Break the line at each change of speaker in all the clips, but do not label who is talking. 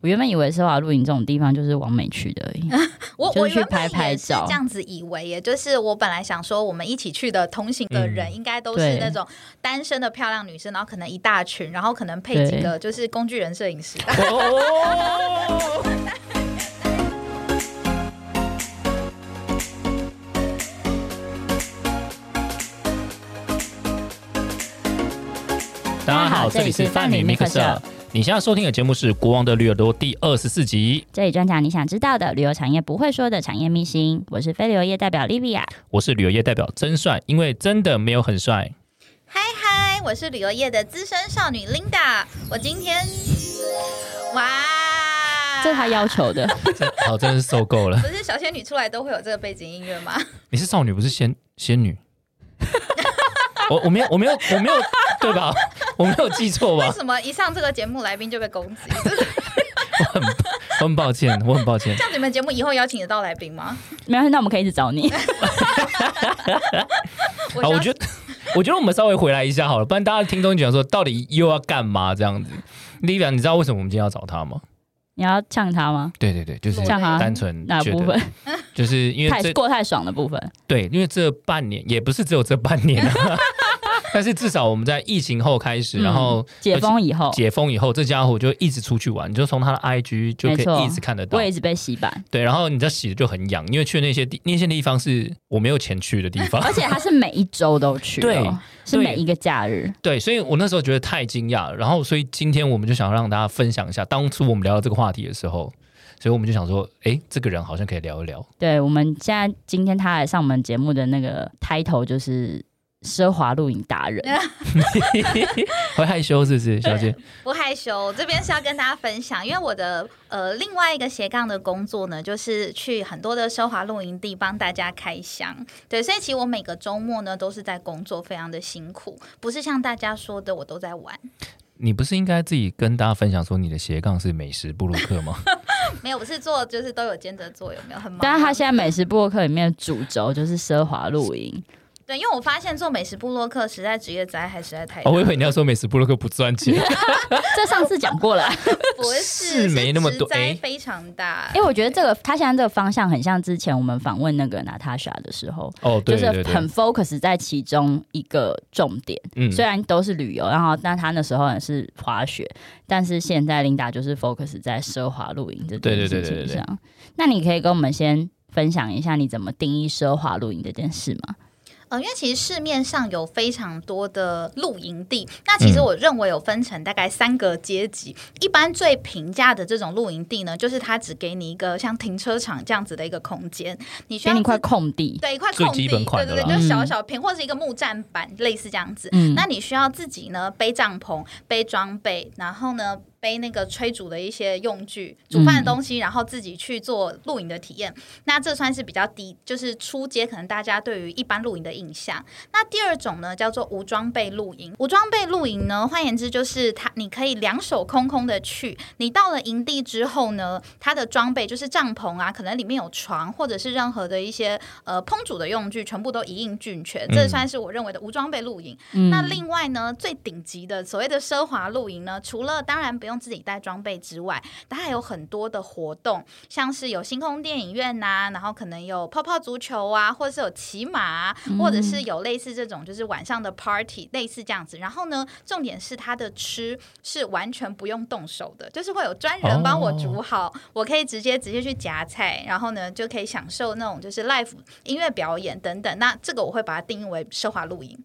我原本以为奢华露营这种地方就是往美去的而已，
我
就是
我
去
原
拍
本
拍
也是
照
这样子以为耶，也就是我本来想说，我们一起去的同行的人
嗯
应该都
对
是那种单身的漂亮女生，然后可能一大群，然后可能配几个就是工具人摄影 师。
大家好，这里是范米 Mixer。你现在收听的节目是《国王的旅游》第二十四集，
这里专讲你想知道的旅游产业不会说的产业秘辛。我是非旅游业代表 Livia，
我是旅游业代表真帅，因为真的没有很帅。
嗨嗨，我是旅游业的资深少女 Linda，我今天哇，
这是他要求的。
真 好，真的是受够了。
不是小仙女出来都会有这个背景音乐吗？
你是少女，不是仙仙女。 我我没有我没有我没有对吧？我没有记错
为
吧？
什么一上这个节目来宾就被攻击？就是
我很抱歉，我很抱歉
这。样，你们节目以后邀请得到来宾吗？
没关系，那我们可以一直找你。
我需
好，啊我
要
觉得 我觉得我们稍微回来一下好了，不然大家听东讲说到底又要干嘛这样子。丽雅，你知道为什么我们今天要找他吗？
你要呛他吗？
对对对，就是
像他
单纯
哪
觉
部
得
分，
就是因为
太
这
过太爽的部分？
对，因为这半年也不是只有这半年、啊， 但是至少我们在疫情后开始，
嗯哦
然后
解封以后，
呃解封以后，这家伙就一直出去玩，你就从他的 IG 就可
没错
以一直看得到
我。也一直被洗版，
对，然后你这洗的就很痒，因为去那些地那些地方是我没有钱去的地方
而。且他是每一周都去、哦，是
对
每一个假日。
对，所以我那时候觉得太惊讶了，然后所以今天我们就想让大家分享一下，当初我们聊到这个话题的时候，所以我们就想说，哎，这个人好像可以聊一聊。
对，我们现在今天他来上我们节目的那个 title 就是奢华露营达人。
会害羞是不是，小姐？
不害羞，这边是要跟大家分享，因为我的呃另外一个斜杠的工作呢，就是去很多的奢华露营地帮大家开箱。对，所以其实我每个周末呢都是在工作，非常的辛苦，不是像大家说的我都在玩，
你不是应该自己跟大家分享说你的斜杠是美食布鲁克吗？
没有，我是做就是都有兼着做，有没有很忙？
啊
啊
但是他现在美食博客里面的主轴就是奢华露营，
对，因为我发现做美食部落客实在职业灾害实在太大
哦，我以为你要说美食布鲁克不赚钱，
这上次讲过了。
不是
是没那么多
是职灾
哎
非常大。
因为我觉得这个他现在这个方向很像之前我们访问那个娜塔莎的时候，
哦，对对
就
对
是
对，
很 focus 在其中一个重点。
嗯
虽然都是旅游，然后但他那时候也是滑雪，但是现在琳达就是 focus 在奢华露营这
对
件事
对对对
情
对对
上。那你可以跟我们先分享一下你怎么定义奢华露营这件事吗？
呃，因为其实市面上有非常多的露营地，那其实
嗯
我认为有分成大概三个阶级。一般最平价的这种露营地呢，就是它只给你一个像停车场这样子的一个空间，你需
给
要
你一块
自
空地，
对一块
最
空
基
地，
本款
对对
的啦
对，就小
嗯
小平或是一个木栈板，类似这样子。
嗯
那你需要自己呢背帐篷、背装备，然后呢背那个炊煮的一些用具、煮饭的东西，然后自己去做露营的体验。那这算是比较低，就是初阶，可能大家对于一般露营的印象。那第二种呢，叫做无装备露营。无装备露营呢，换言之就是它，你可以两手空空的去。你到了营地之后呢，它的装备就是帐篷啊，可能里面有床，或者是任何的一些呃烹煮的用具，全部都一应俱全。这
嗯
算是我认为的无装备露营。
嗯
那另外呢，最顶级的所谓的奢华露营呢，除了当然不用自己带装备之外，它还有很多的活动，像是有星空电影院呐、然后可能有泡泡足球啊，或者是有骑马、啊，或者是有类似这种就是晚上的 party，类似这样子。然后呢，重点是它的吃是完全不用动手的，就是会有专人帮我煮好，我可以直接直接去夹菜，然后呢就可以享受那种就是 live 音乐表演等等。那这个我会把它定义为奢华露营。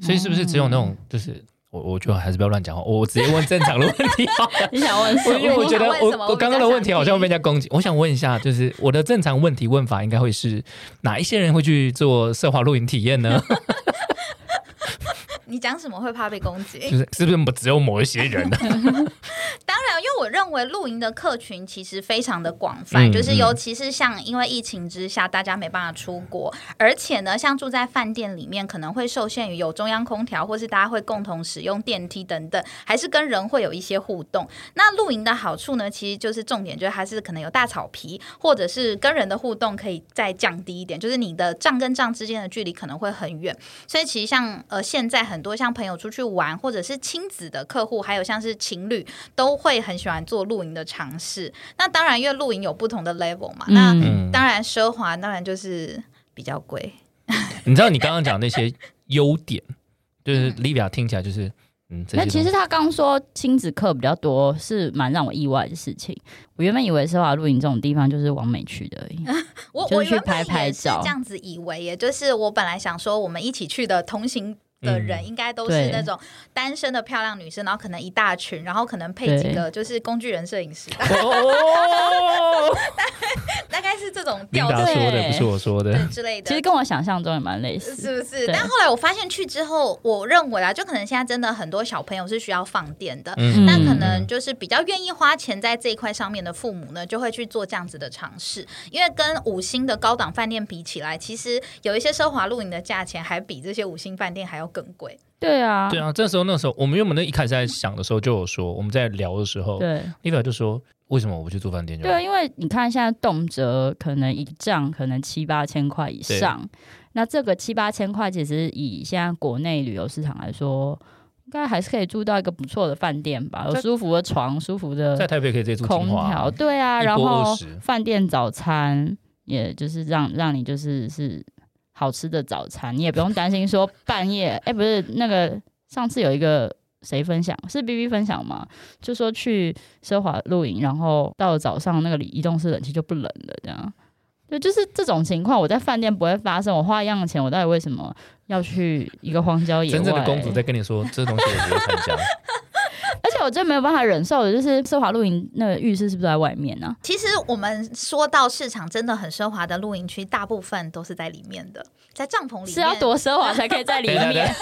所以是不是只有那种就是我我觉得还是不要乱讲话，我我直接问正常的问题好了
你想问什
因为
么？
我觉得
你想
我
问什么
我
我比较
刚刚的问题好像被人
想
家攻击，我想问一下，就是我的正常问题问法应该会是哪一些人会去做奢华露营体验呢？
你讲什么会怕被攻击？
就是是不是只有某一些人啊呢？
当然，因为我认为露营的客群其实非常的广泛，
嗯
就是尤其是像因为疫情之下，大家没办法出国，而且呢，像住在饭店里面，可能会受限于有中央空调，或是大家会共同使用电梯等等，还是跟人会有一些互动。那露营的好处呢，其实就是重点就是还是可能有大草皮，或者是跟人的互动可以再降低一点，就是你的帐跟帐之间的距离可能会很远。所以其实像呃现在很多像朋友出去玩，或者是亲子的客户，还有像是情侣，都会会很喜欢做露营的尝试。那当然，因为露营有不同的 level 嘛，那
嗯，
嗯，
当然奢华，当然就是比较贵。
你知道你刚刚讲那些优点，就是 Livia 听起来就是嗯，这
那
些
其实
东西
他刚说亲子课比较多，是蛮让我意外的事情。我原本以为奢华露营这种地方就是往美去的而已，
我
就是
我
去
原
拍
本
拍
也是
照
这样子以为，也就是我本来想说，我们一起去的同行。的人
嗯
应该都
对
是那种单身的漂亮女生，然后可能一大群，然后可能配几个就是工具人摄影师，大
哦，
大概是这种
琳
调
达
子
对
说的不是我说的
对，之类的。
其实跟我想象中也蛮类似。
是不是？
对
但后来我发现去之后，我认为啊，就可能现在真的很多小朋友是需要放电的。
嗯
那可能就是比较愿意花钱在这一块上面的父母呢，就会去做这样子的尝试，因为跟五星的高档饭店比起来，其实有一些奢华露营的价钱还比这些五星饭店还要更贵。
对啊，
对
啊，
啊，这时候那时候我们原本那一开始在想的时候就有说，我们在聊的时候
对
，Livia 就说为什么我不去住饭店就好？
对啊，因为你看现在动辄可能一仗可能七八千块以上，那这个七八千块其实以现在国内旅游市场来说，应该还是可以住到一个不错的饭店吧，有
在
舒服的床、舒服
在
的
台北可以直接住
空
金华
调，
啊，
对啊，
一
然
波
后
20
饭店早餐也就是让让你就是是好吃的早餐，你也不用担心说半夜，哎、不是那个上次有一个。谁分享？是 B B 分享吗？就说去奢华露营，然后到了早上那个移动式冷气就不冷了，这样。对，就是这种情况，我在饭店不会发生。我花一样的钱，我到底为什么要去一个荒郊野外？
真正的公主在跟你说这东西我不会参 加，
而且我真没有办法忍受的就是奢华露营那个浴室是不是在外面呢、啊？
其实我们说到市场真的很奢华的露营区，大部分都是在里面的，在帐篷里面
是要多奢华才可以在里
对对
面。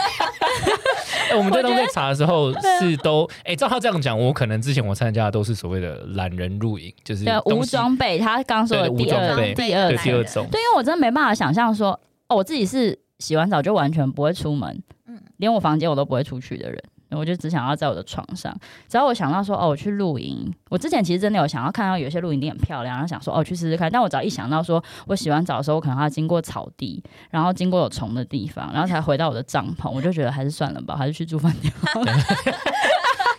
哎、我们在
我觉得
当在查的时候是都，哎、照他这样讲，我可能之前我参加的都是所谓的懒人露营，就是
对，
嗯
啊
东
无
西
装备，他刚说的
对
第
无
二
装备
第二
对
种，
第二种，
对，因为我真的没办法想象说，哦，我自己是洗完澡就完全不会出门，
嗯
连我房间我都不会出去的人。我就只想要在我的床上，只要我想到说哦，我去露营，我之前其实真的有想要看到有些露营地很漂亮，然后想说哦去试试看，但我只要一想到说我洗完澡的时候，我可能还要经过草地，然后经过有虫的地方，然后才回到我的帐篷，我就觉得还是算了吧，还是去住饭店 好了。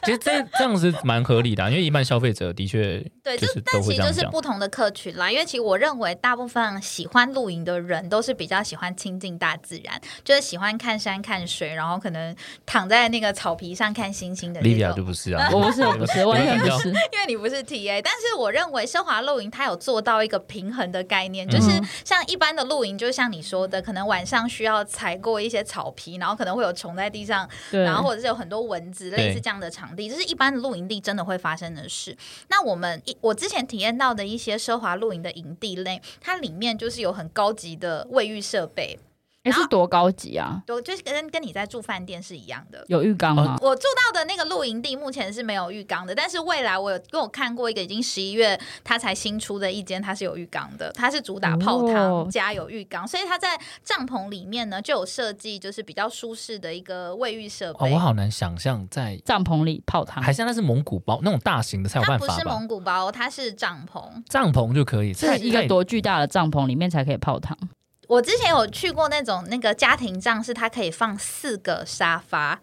其实这这样是蛮合理的啊、因为一般消费者 的确
对，
就
就是
都
但
会
其
这
实
样
就是
讲
不同的客群啦，因为其实我认为大部分喜欢露营的人都是比较喜欢亲近大自然，就是喜欢看山看水，然后可能躺在那个草皮上看星星的这
，Livia 就
种。
不是啊，
我不是，我不是，完全
你
不
们
是。
因为你不是 T A，但是我认为奢华露营它有做到一个平衡的概念，就是
嗯
像一般的露营，就像你说的，可能晚上需要踩过一些草皮，然后可能会有虫在地上
对，
然后或者是有很多蚊子，类
对
似这样的场地，这是一般的露营地真的会发生的事。那我们一我之前体验到的一些奢华露营的营地类，它里面就是有很高级的卫浴设备，
诶哎是多高级啊？
就就是跟跟你在住饭店是一样的。
有浴缸
呃
吗？
我住到的那个露营地目前是没有浴缸的，但是未来我有跟我看过一个已经十一月它才新出的一间，它是有浴缸的，它是主打泡
哦
汤加有浴缸，所以它在帐篷里面呢就有设计就是比较舒适的一个卫浴设
哦，
备。
我好难想象在，
帐篷里泡汤，
还是那是蒙古包那种大型的才有
它
办
不
法
是
吧，
蒙古包，它是帐篷。
帐篷就可以，
是
太
一个
太
多巨大的帐篷里面才可以泡汤。
我之前有去过那种那个家庭帐，是它可以放四个沙发。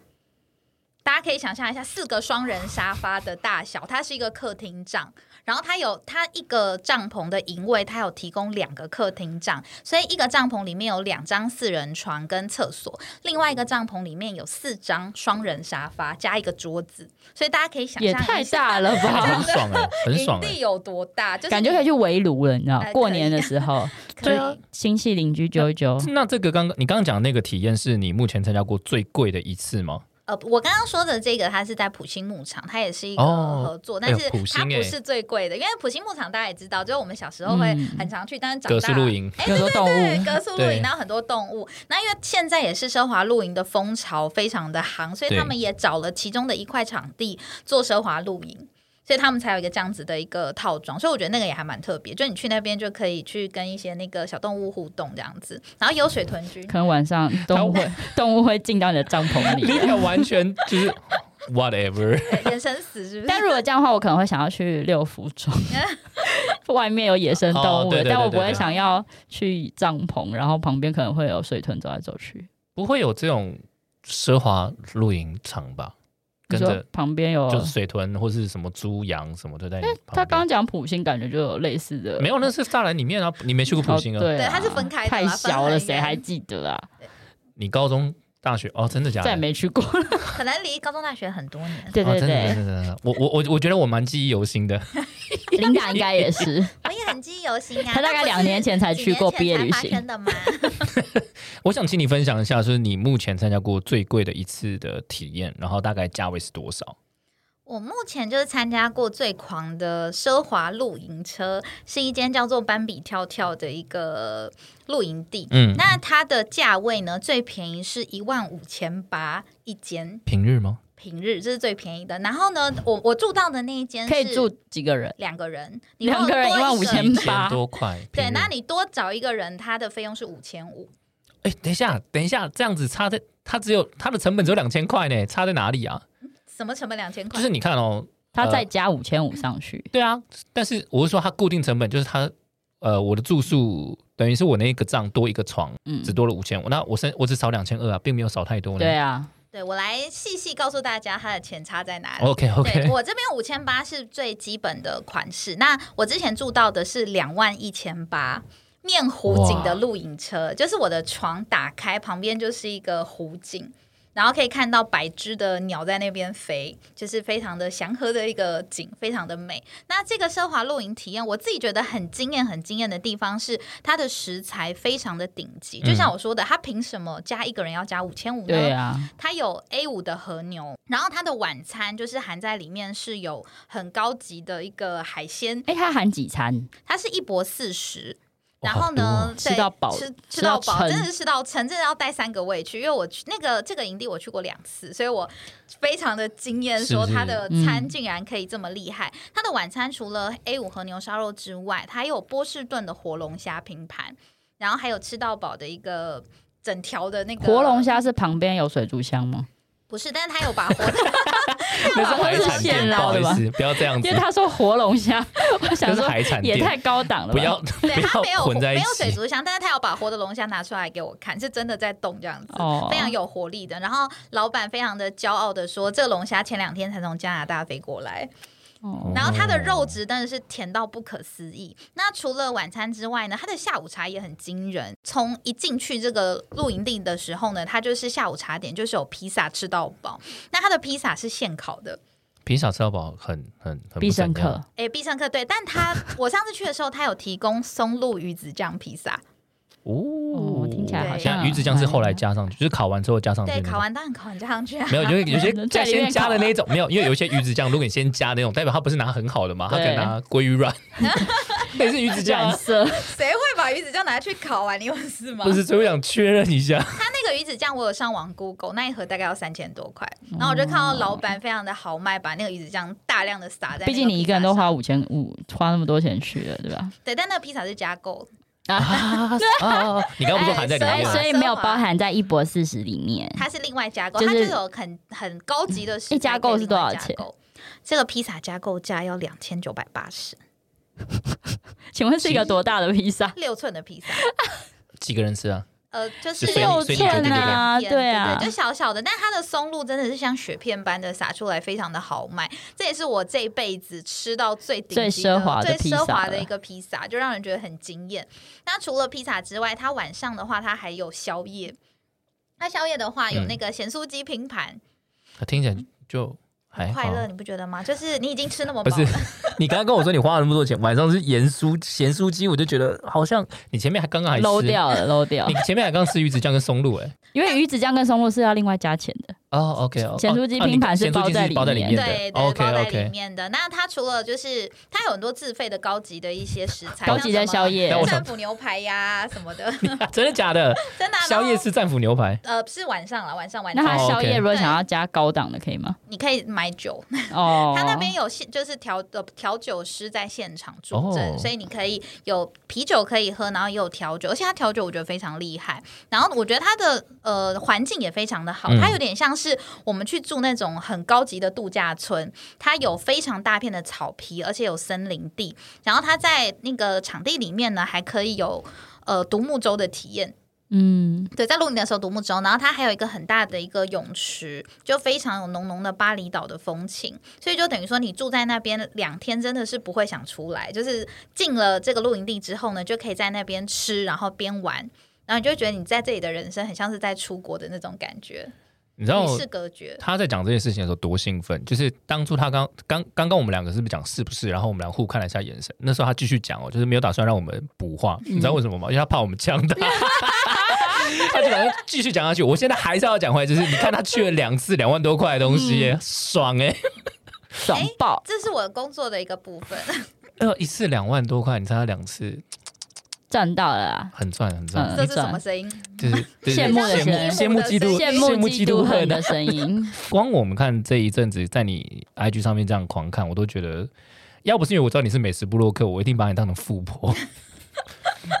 大家可以想象一下，四个双人沙发的大小，它是一个客厅帐，然后它有它一个帐篷的营位，它有提供两个客厅帐，所以一个帐篷里面有两张四人床跟厕所，另外一个帐篷里面有四张双人沙发加一个桌子，所以大家可以想象
也
一下
太大了吧！
很爽哎、很爽
营
哎、
地有多大，就是
感觉可以去啊围炉了，你知道，
哎
过年的时候，
可以啊可以
亲戚邻居揪一揪，
那这个刚刚你刚刚讲的那个体验是你目前参加过最贵的一次吗？
呃，我刚刚说的这个，它是在普星牧场，它也是一个
哦
合作，
哎
但
呦
是
普
它
星
不
哎
是最贵的，因为普星牧场大家也知道，就是我们小时候会
嗯
很常去，但是长
格
大哎
式露营，
有很多动
对
物，
格树露
对
营，然后很多动物。那因为现在也是奢华露营的风潮非常的行，所以
对
他们也找了其中的一块场地做奢华露营。所以他们才有一个这样子的一个套装，所以我觉得那个也还蛮特别。就你去那边就可以去跟一些那个小动物互动这样子，然后有水豚君，
可能晚上动物会 动物会进到你的帐篷
你
里。
俩完全就是 whatever，
呃 眼神死是不是？
但如果这样的话，我可能会想要去六福庄，外面有野生动
哦
物
对
的，
对
但我
对对
不会
对
想要去帐篷，然后旁边可能会有水豚走来走去。
不会有这种奢华露营场吧？
你
跟
说
着
旁边有，
就是水豚或是什么猪羊什么都在你
因为
旁边。
他刚刚讲普星，感觉就有类似的，
没有，那是栅栏里面啊，你没去过普星
哦
啊？
对
对
啊，
它是分开的
太
嘛分
小了，
很
谁
远
还记得啊？
你高中、大学哦，真的假的？
再也没去过，
可能离高中大学很多年。
对
哦
对
真的
对，
真的真的真的，我我我我觉得我蛮记忆犹新的。
琳达应该也 是，
我也很记忆犹新啊。
她大概两年前才去过毕业旅行，
真的吗？
我想请你分享一下，就是你目前参加过最贵的一次的体验，然后大概价位是多少？
我目前就是参加过最狂的奢华露营车，是一间叫做斑比跳跳的一个露营地。
嗯，
那它的价位呢，最便宜是一万五千八一间，
平日吗？
平日这是最便宜的。然后呢，我我住到的那一间
可以
是
住几个人？
两个人，你
两个人
如果多
15,000
一个
嗯
一
1000
千多块。
对，
平日
那你多找一个人，他的费用是五千五。
哎，等一下，等一下，这样子差在它只有它的成本只有两千块呢，差在哪里啊？
什么成本两千
就
块？
是你看哦，
他再加五千五上去，
对啊，但是我是说它固定成本就是它呃我的住宿等于是我那个账多一个床，
嗯，
只多了五千五，那我剩我只少两千二啊，并没有少太多呢。
对啊，
对我来细细告诉大家它的钱差在哪里。
，OK
对
OK，
我这边五千八是最基本的款式，那我之前住到的是两万一千八。面湖景的露营车，就是我的床打开，旁边就是一个湖景，然后可以看到百只的鸟在那边飞，就是非常的祥和的一个景，非常的美。那这个奢华露营体验，我自己觉得很惊艳、很惊艳的地方是它的食材非常的顶级，就像我说的，它凭什么加一个人要加五千五
嗯
呢？
对啊，
它有 A 五的和牛，然后它的晚餐就是含在里面是有很高级的一个海鲜，
哎，他含几餐？
它是一博四十。
哇啊
然后呢，
吃
对
到饱
吃
吃
吃
到
到饱，
撑
真的是吃到撑，真的要带三个胃去，因为我去那个这个营地我去过两次，所以我非常的惊艳，
是
说
是
它的
嗯
餐竟然可以这么厉害。它的晚餐除了 A 五和牛烧肉之外，它还有波士顿的活龙虾拼盘，然后还有吃到饱的一个整条的那个
活龙虾是旁边有水族箱吗？
不是，但是他有把活 的，
那
他
是
有把活
海
的
现
产店，不
捞
好
的
意
吧
思，不要这 样子
因为，他说活龙虾， 我
这
想
是
说
海产
也
店，
太高档了吧，
不要不
对他没
要混
有
在一
没有水
起。
族箱，但是他有把活的龙虾拿出来给我看，是真的在动这样子，
哦
非常有活力的。然后老板非常的骄傲的说，这个龙虾前两天才从加拿大飞过来，
嗯
哦
然后它的肉质真的是甜到不可思议。那除了晚餐之外呢，它的下午茶也很惊人。从一进去这个露营地的时候呢，它就是下午茶点就是有披萨吃到饱，那它的披萨是现烤的。
平小吃到饱很很很
必
不
胜
怎样
客。
哎，必胜客对，但他我上次去的时候，他有提供松露鱼子酱披萨，
哦
哦，听起
来好
现在
像
鱼子酱是后来加上去，就是烤完之后加上去。
对，烤。完当然烤完加上去啊。
没有，有有些
在里面
先加的
烤啊
那一种，没有，因为有一些鱼子酱，如果你先加那种，代表它不是拿很好的嘛，它可能
对啊
拿鲑鱼 卵，那是鱼子酱
酱，色，
谁会把鱼子酱拿去烤啊？你有事吗
不是，所以我想确认 一下。
他那个鱼子酱，我有上网 Google，那一盒大概要三千多块。
哦
然后我就看到老板非常的豪迈，把那个鱼子酱大量的撒 在那个披萨上。
毕竟你一个人都花五千五，花那么多钱去了，对吧？
对，但那个披萨是加购，
啊 啊！你刚刚不是说含在里
哎
哎，
面吗
所？以没有包含在一博四十里面。
它是另外加购，
就
它就是是有很很高级的食材
一加购是多少钱
可以另外加购？这个披萨加购价要两千九百八十，
请问是一个多大的披萨？
六寸的披萨。
几个人吃啊？
呃，就是
就随你随你决定对不对
啊对啊
就小小的，但它的松露真的是像雪片般的撒出来，非常的豪迈。这也是我这辈子吃到最顶级
最奢华的
最
披萨
奢华的一个披萨，就让人觉得很惊艳。那除了披萨之外，它晚上的话，它还有宵夜。那宵夜的话，有
嗯
那个咸酥鸡拼盘，
听起来就还
快
好。
乐，你不觉得吗？就是你已经吃那么
嗯哦不
饱
是
了，，
你刚刚跟我说你花了那么多钱，晚上是盐酥咸酥鸡，我就觉得好像你前面还刚刚还吃
漏掉了，漏掉
你。前面还刚吃鱼子酱跟松露哎、
因为鱼子酱跟松露是要另外加钱的，
哦，OK，哦
咸酥鸡拼盘是包在里面
包在里面的
对对，包
哦，OK
在里
OK。
面的。那它除了就是它有很多自费的高级的一些食材，
高级的宵
夜。
夜
那我想
战斧牛排呀、什么的，
真的假 的？
真的、啊、
宵
然
夜
后
吃战斧牛排，
呃，是晚上了，晚上晚
那他
上
哦
宵夜
OK
如果想要加高档的，可以吗？
你可以买酒，
哦，
他那边有现就是调的调酒师在现场助阵，
哦
所以你可以有啤酒可以喝，然后也有调酒，而且他调酒我觉得非常厉害。然后我觉得他的呃环境也非常的好，
嗯
它有点像是我们去住那种很高级的度假村，它有非常大片的草皮，而且有森林地，然后它在那个场地里面呢还可以有呃独木舟的体验。
嗯，
对，在露营的时候独木舟，然后它还有一个很大的一个泳池，就非常有浓浓的巴厘岛的风情，所以就等于说你住在那边两天真的是不会想出来，就是进了这个露营地之后呢，就可以在那边吃，然后边玩。然后你就会觉得你在这里的人生很像是在出国的那种感觉，
你知道
与世隔绝。
他在讲这件事情的时候多兴奋，就是当初他刚刚刚刚我们两个是不是讲是不是？然后我们俩互看了一下眼神，那时候他继续讲哦，就是没有打算让我们补话，你知道为什么吗？因为他怕我们呛他。他就打算继续讲下去，我现在还是要讲回来，就是你看他去了两次两万多块的东西耶，爽哎、
爽爆！
这是我工作的一个部分，
呃，一次两万多块，你猜他两次
赚到了啦！
很赚很赚，
嗯
这是什么声音？
就是就是
羡慕的
羡慕羡
羡
慕
慕嫉
嫉妒
妒
羡
羡慕
慕
嫉
嫉
妒
妒
恨啊
恨的声音，
光我们看这一阵子在你 IG 上面这样狂看，我都觉得，要不是因为我知道你是美食部落客，我一定把你当成富 婆。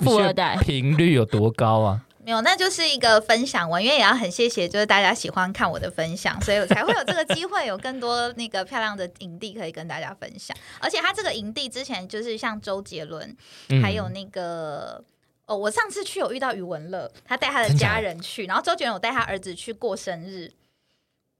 富二代
你去频率有多高啊？
没有，那就是一个分享文，因为也要很谢谢，就是大家喜欢看我的分享，所以我才会有这个机会，有更多那个漂亮的营地可以跟大家分享。而且他这个营地之前就是像周杰伦，
嗯
还有那个。哦，我上次去有遇到余文乐，他带他的
真假的
家人去，然后周杰伦有带他儿子去过生日，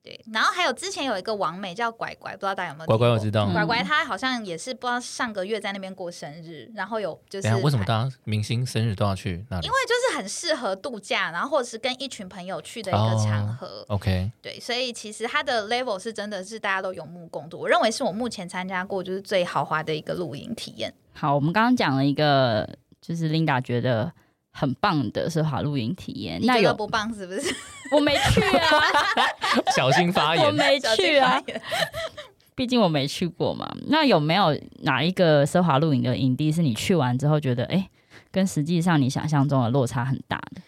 对，然后还有之前有一个王美叫拐拐，不知道大家有没有
乖乖，
听
我
过
知道。
嗯
拐拐他好像也是不知道上个月在那边过生日，然后有就是
等一下为什么大家明星生日都要去那里？
因为就是很适合度假，然后或者是跟一群朋友去的一
哦
个场 合。
OK，
对，所以其实它的 level 是真的是大家都有目共睹，我认为是我目前参加过就是最豪华的一个露营体验。
好，我们刚刚讲了一个，就是 Linda 觉得很棒的奢华露营体验。
你
那
觉得
有
不棒是不是？，
我没去啊，
小心发
我
言。
没去啊
小心
毕竟我没去过嘛。那有没有哪一个奢华露营的营地是你去完之后觉得，哎、跟实际上你想象中的落差很大的？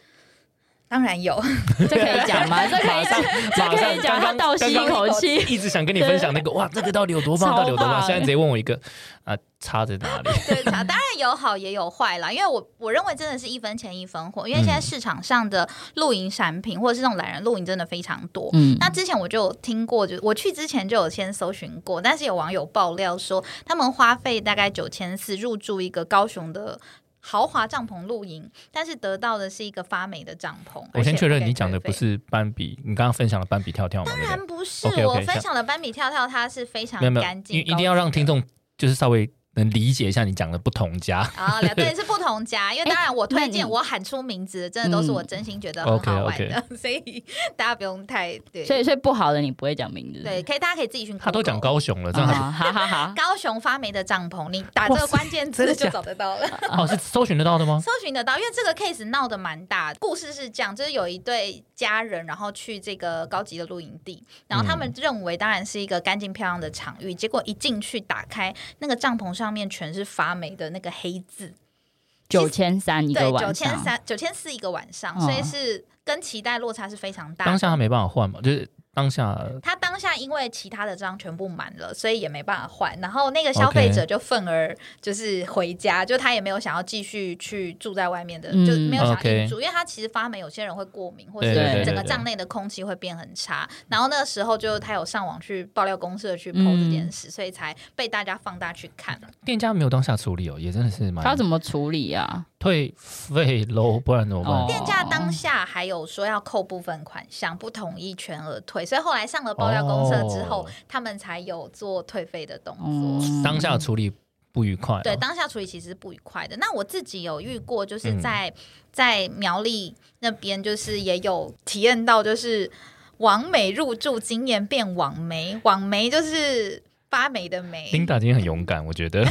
当然 有，
这可以讲吗？这可
马
以
上
讲，这
马
可
上
以
刚
讲，他
刚
倒吸一口气。
一直想跟你分享那 个哇，这个到底有多棒，
超
到底有多棒？
棒
现在直接问我一个啊，差在 哪里？
对，当然有好也有坏啦，因为我我认为真的是一分钱一分货，因为现在
嗯
市场上的露营产品或者是那种懒人露营真的非常多，
嗯，
那之前我就有听过，就我去之前就有先搜寻过，但是有网友爆料说，他们花费大概九千四入住一个高雄的。豪华帐篷露营，但是得到的是一个发霉的帐篷。
我
而且
先
不
确认
给
你讲的
退
不
费，
是斑比，你刚刚分享的斑比跳跳嘛？对不
当
对？
然不是。
OK，OK，
我
下
分享的斑比跳跳，它是非常
没有没有
干，净，
因为一定要让听众就是稍微能理解一下你讲的不同家。
啊，两对是不同家，因为
哎
当然我
那
推
你
荐我喊出名字，真的都是我真心觉得很好玩的， 所以大家不用太对。
所以所以不好的你不会讲名字。
对，可以，大家可以自己去。
他都讲高雄了，这样他
啊，好好好，
高雄发霉的帐篷，你打这个关键
真的
字
假
就
的
找得到 了。
啊
哦是搜寻得到的吗？
搜寻得到，因为这个 case 闹得蛮大的。故事是这样，就是有一对家人，然后去这个高级的露营地，然后他
嗯
们认为当然是一个干净漂亮的场域，结果一进去打开那个帐篷上面全是发霉的那个黑字，
九千三一
对
个，
九
晚
千
上，
三、九千四一个晚上，
嗯
所以是跟期待落差是非常大的。
哦当下他没办法换嘛，就是当下
他当下因为其他的章全部满了，所以也没办法换。然后那个消费者就愤而就是回家就他也没有想要继续去住在外面的，
嗯
就没有想要入住，因为他其实发霉，有些人会过敏，或
对对
对
是整个
对
帐内的空气会变很差。然后那个时候就他有上网去爆料公社
嗯
去 PO 这件事，所以才被大家放大去看。
店家没有当下处理哦，也真的是
他要
蛮
怎么处理 啊？
退费喽，不然怎么办？
哦
店家当下还有说要扣部分款项，不同意全额退，所以后来上了爆料公社之后，
哦
他们才有做退费的动作。
嗯
当下处理不愉快哦，
对，当下处理其实是不愉快的。那我自己有遇过，就是在、在苗栗那边，就是也有体验到，就是网美入住经验变网媒，网媒就是发霉的霉。
Linda 今天很勇敢，我觉得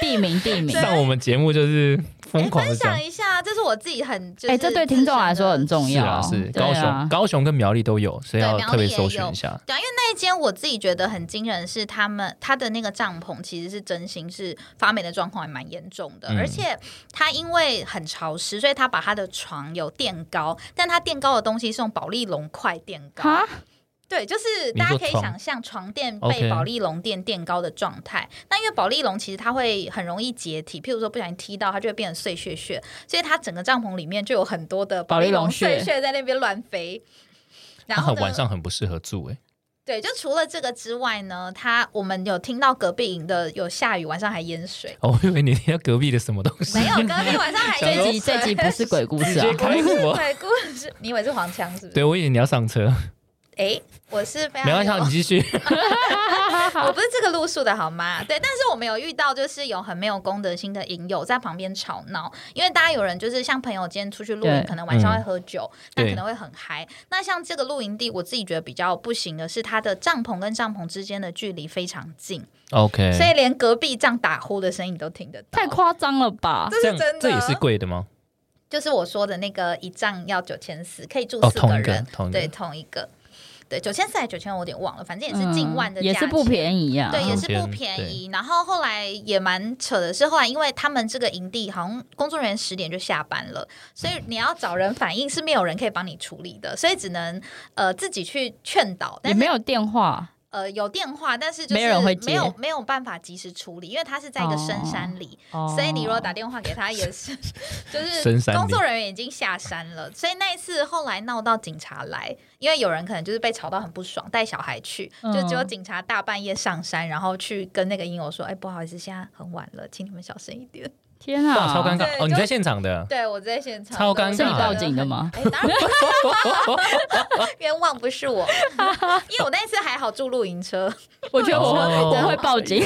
地名地名，
上我们节目就是疯狂的
分
讲
享。一下，这是我自己很就是
哎、这对听众来说很
自身的
重
是
要，
啊，是
对
高
啊
雄、高雄跟苗栗都有，所以
对
要
苗栗
特别
也
搜寻
有
一下。
啊那一间我自己觉得很惊人，是他们他的那个帐篷其实是真心是发霉的状况还蛮严重的，
嗯
而且他因为很潮湿，所以他把他的床有垫高，但他垫高的东西是用保利龙块垫高。
哈，
对，就是
你
大
说
家可以
床
想象床垫
OK
被保利龙垫垫高的状态。那因为保利龙其实它会很容易解体，譬如说不小心踢到，它就会变成碎屑屑，所以它整个帐篷里面就有很多的
保利龙
碎
屑
屑在那边乱飞。然
那
后
很
呢，
晚上很不适合住哎，
对，就除了这个之外呢，他我们有听到隔壁营的有下雨，晚上还淹水。
哦，我以为你听到隔壁的什么东西，
没有，隔壁晚上还淹
哎这
水。
集这集不是鬼故事
直
啊
接，开什么？
鬼故事，你以为是黄腔是不是？
对，我以为你要上车，
哎，我是非常
没关系
有
啊，你继续。
我不是这个路数的好吗？对，但是我们有遇到，就是有很没有公德心的影友在旁边吵闹，因为大家有人就是像朋友今天出去露营
对，
可能晚上会喝酒，那、
嗯对
可能会很嗨。那像这个露营地，我自己觉得比较不行的是，它的帐篷跟帐篷之间的距离非常近，
OK，
所以连隔壁这样打呼的声音你都听得到。
太夸张了吧？
这
这
是
样
真的，
这也是贵的吗？
就是我说的那个一帐要九千四，可以住
哦
四
同一个
人，
同一个
对，同一个，对，九千四还是九千，我有点忘了，反正也是近万的、
嗯
价
也是不
钱
便宜呀、啊。
对，也是不
中间
便宜。然后后来也蛮扯的是，后来因为他们这个营地好像工作人员十点就下班了，所以你要找人反映是没有人可以帮你处理的，所以只能呃自己去劝导，但
也
是
没有电话，
呃有电话，但是就是
没有人会
没有
接
没有办法及时处理，因为他是在一个深山里，
哦
所以你如果打电话给他也是就是
深山里
工作人员已经下山了，所以那一次后来闹到警察来，因为有人可能就是被吵到很不爽，带小孩去，
嗯
就只有警察大半夜上山，然后去跟那个鹰友说：“哎，不好意思，现在很晚了，请你们小声一点。
天啊，
哇，超尴尬
对
哦！你
就
在现场”的，
对，我在现场，
超尴
对
尬
是你报警的？吗？
我觉得 很哎，当然不是冤枉不是我，因为我那一次还好住露营车，
我觉得我会
哦
我会报 警，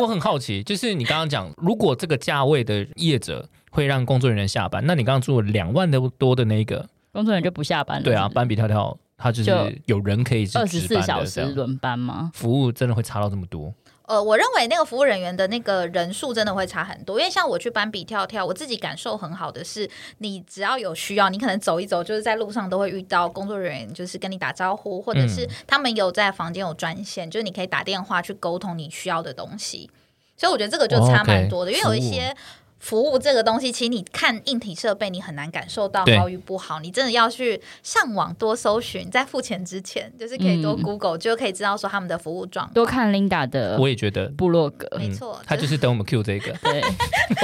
我很好奇，就是你刚刚讲，如果这个价位的业者会让工作人员下班，那你刚刚做两万的多的那一个，
工作人员就不下班了。
对啊，班比跳跳，它就
嗯就是
有人可以是
二十
值
四
班的
小
这
时
样
轮班吗？
服务真的会差到这么多？
呃，我认为那个服务人员的那个人数真的会差很多，因为像我去斑比跳跳，我自己感受很好的是，你只要有需要，你可能走一走，就是在路上都会遇到工作人员，就是跟你打招呼，或者
嗯
是他们有在房间有专线，就是你可以打电话去沟通你需要的东西。所以我觉得这个就差蛮多的，
哦，OK，
因为有一些。服务这个东西，其实你看硬体设备，你很难感受到
对
好与不好。你真的要去上网多搜寻，在付钱之前，就是可以多
嗯
Google，、就可以知道说他们的服务状况。
多看 Linda 的
我也觉得，
部落格，。
没错
他就是等我们 Q 这 个
对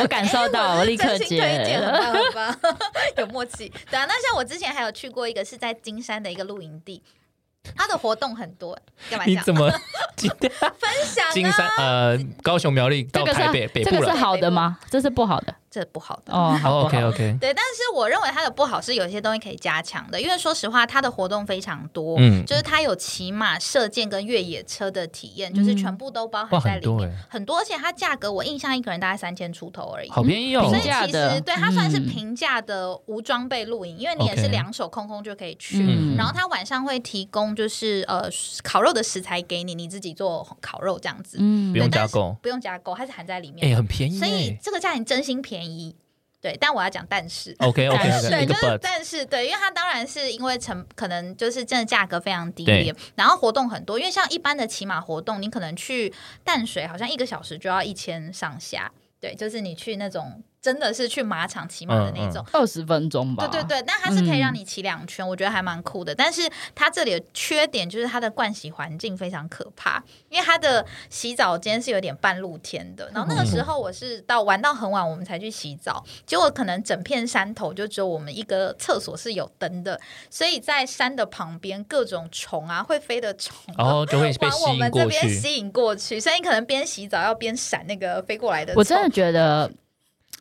我感受到，我立刻
哎真心推
接
荐，。很 棒很棒， 有默契。对啊，那像我之前还有去过一个是在金山的一个露营地，它的活动很多，干嘛
你
讲？
怎么今天
分享啊，
金山呃高雄苗栗
这
到
个
台北
是
北
这
部嗯
个是
了
好的吗？这是不好的
这不好的。
哦。好不好
？OK OK，
对，但是我认为它的不好是有一些东西可以加强的，因为说实话，它的活动非常多，
嗯
就是它有骑马、射箭跟越野车的体验，
嗯
就是全部都包
哇，
含在
很
里面，
多
欸
哎，
很多，而且它价格我印象一个人大概三千出头而已，
好便宜哦
平
所以。
价
其
的
实对它算是
嗯
平价的无装备露营，因为你也
OK
是两手空空就可以去。
嗯
然后它晚上会提供就是呃烤肉的食材给你，你自己做烤肉这样子，
嗯
不用
对
加
但是
购
不用加购，它是含在里面
哎，
的。
很便宜
所以
哎。
这个价钱真心便宜。对，但我要讲但是。
OK OK
但是
OK，
对，
一个
就是
but
但是对，因为它当然是因为成可能就是真的价格非常低
对
廉，然后活动很多，因为像一般的骑马活动，你可能去淡水好像一个小时就要一千上下，对，就是你去那种真的是去马场骑马的
嗯
那种。
二十分钟吧。
对对对，但它是可以让你骑两圈，我觉得还蛮酷的。但是它这里的缺点就是它的盥洗环境非常可怕，因为它的洗澡间是有点半露天的。然后那个
嗯
时候我是到玩到很晚，我们才去洗澡，结果可能整片山头就只有我们一个厕所是有灯的，所以在山的旁边各种虫啊会飞的虫啊。
然后就哦会被
往
吸
我
引
们这
过
边
去。
吸引过去，所以你可能边洗澡要边闪那个飞过来的虫。
我真的觉得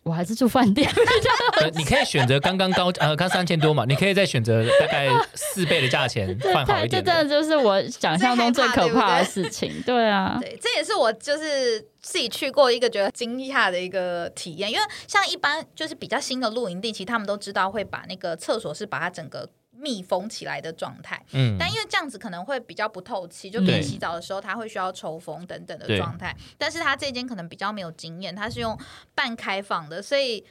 我还是住饭店
呃你可以选择刚刚高呃，刚三千多嘛，你可以再选择大概四倍的 价钱换好
太
一
这
点
真
的。
的就是我想象中最可怕的事情。对啊，
对，这也是我就是自己去过一个觉得惊讶的一个体验，因为像一般就是比较新的露营地，其实他们都知道会把那个厕所是把它整个密封起来的状态。
嗯，
但因为这样子可能会比较不透气，就边
对
洗澡的时候它会需要抽风等等的
对
状态。但是它这间可能比较没有经验，它是用半开放的，所以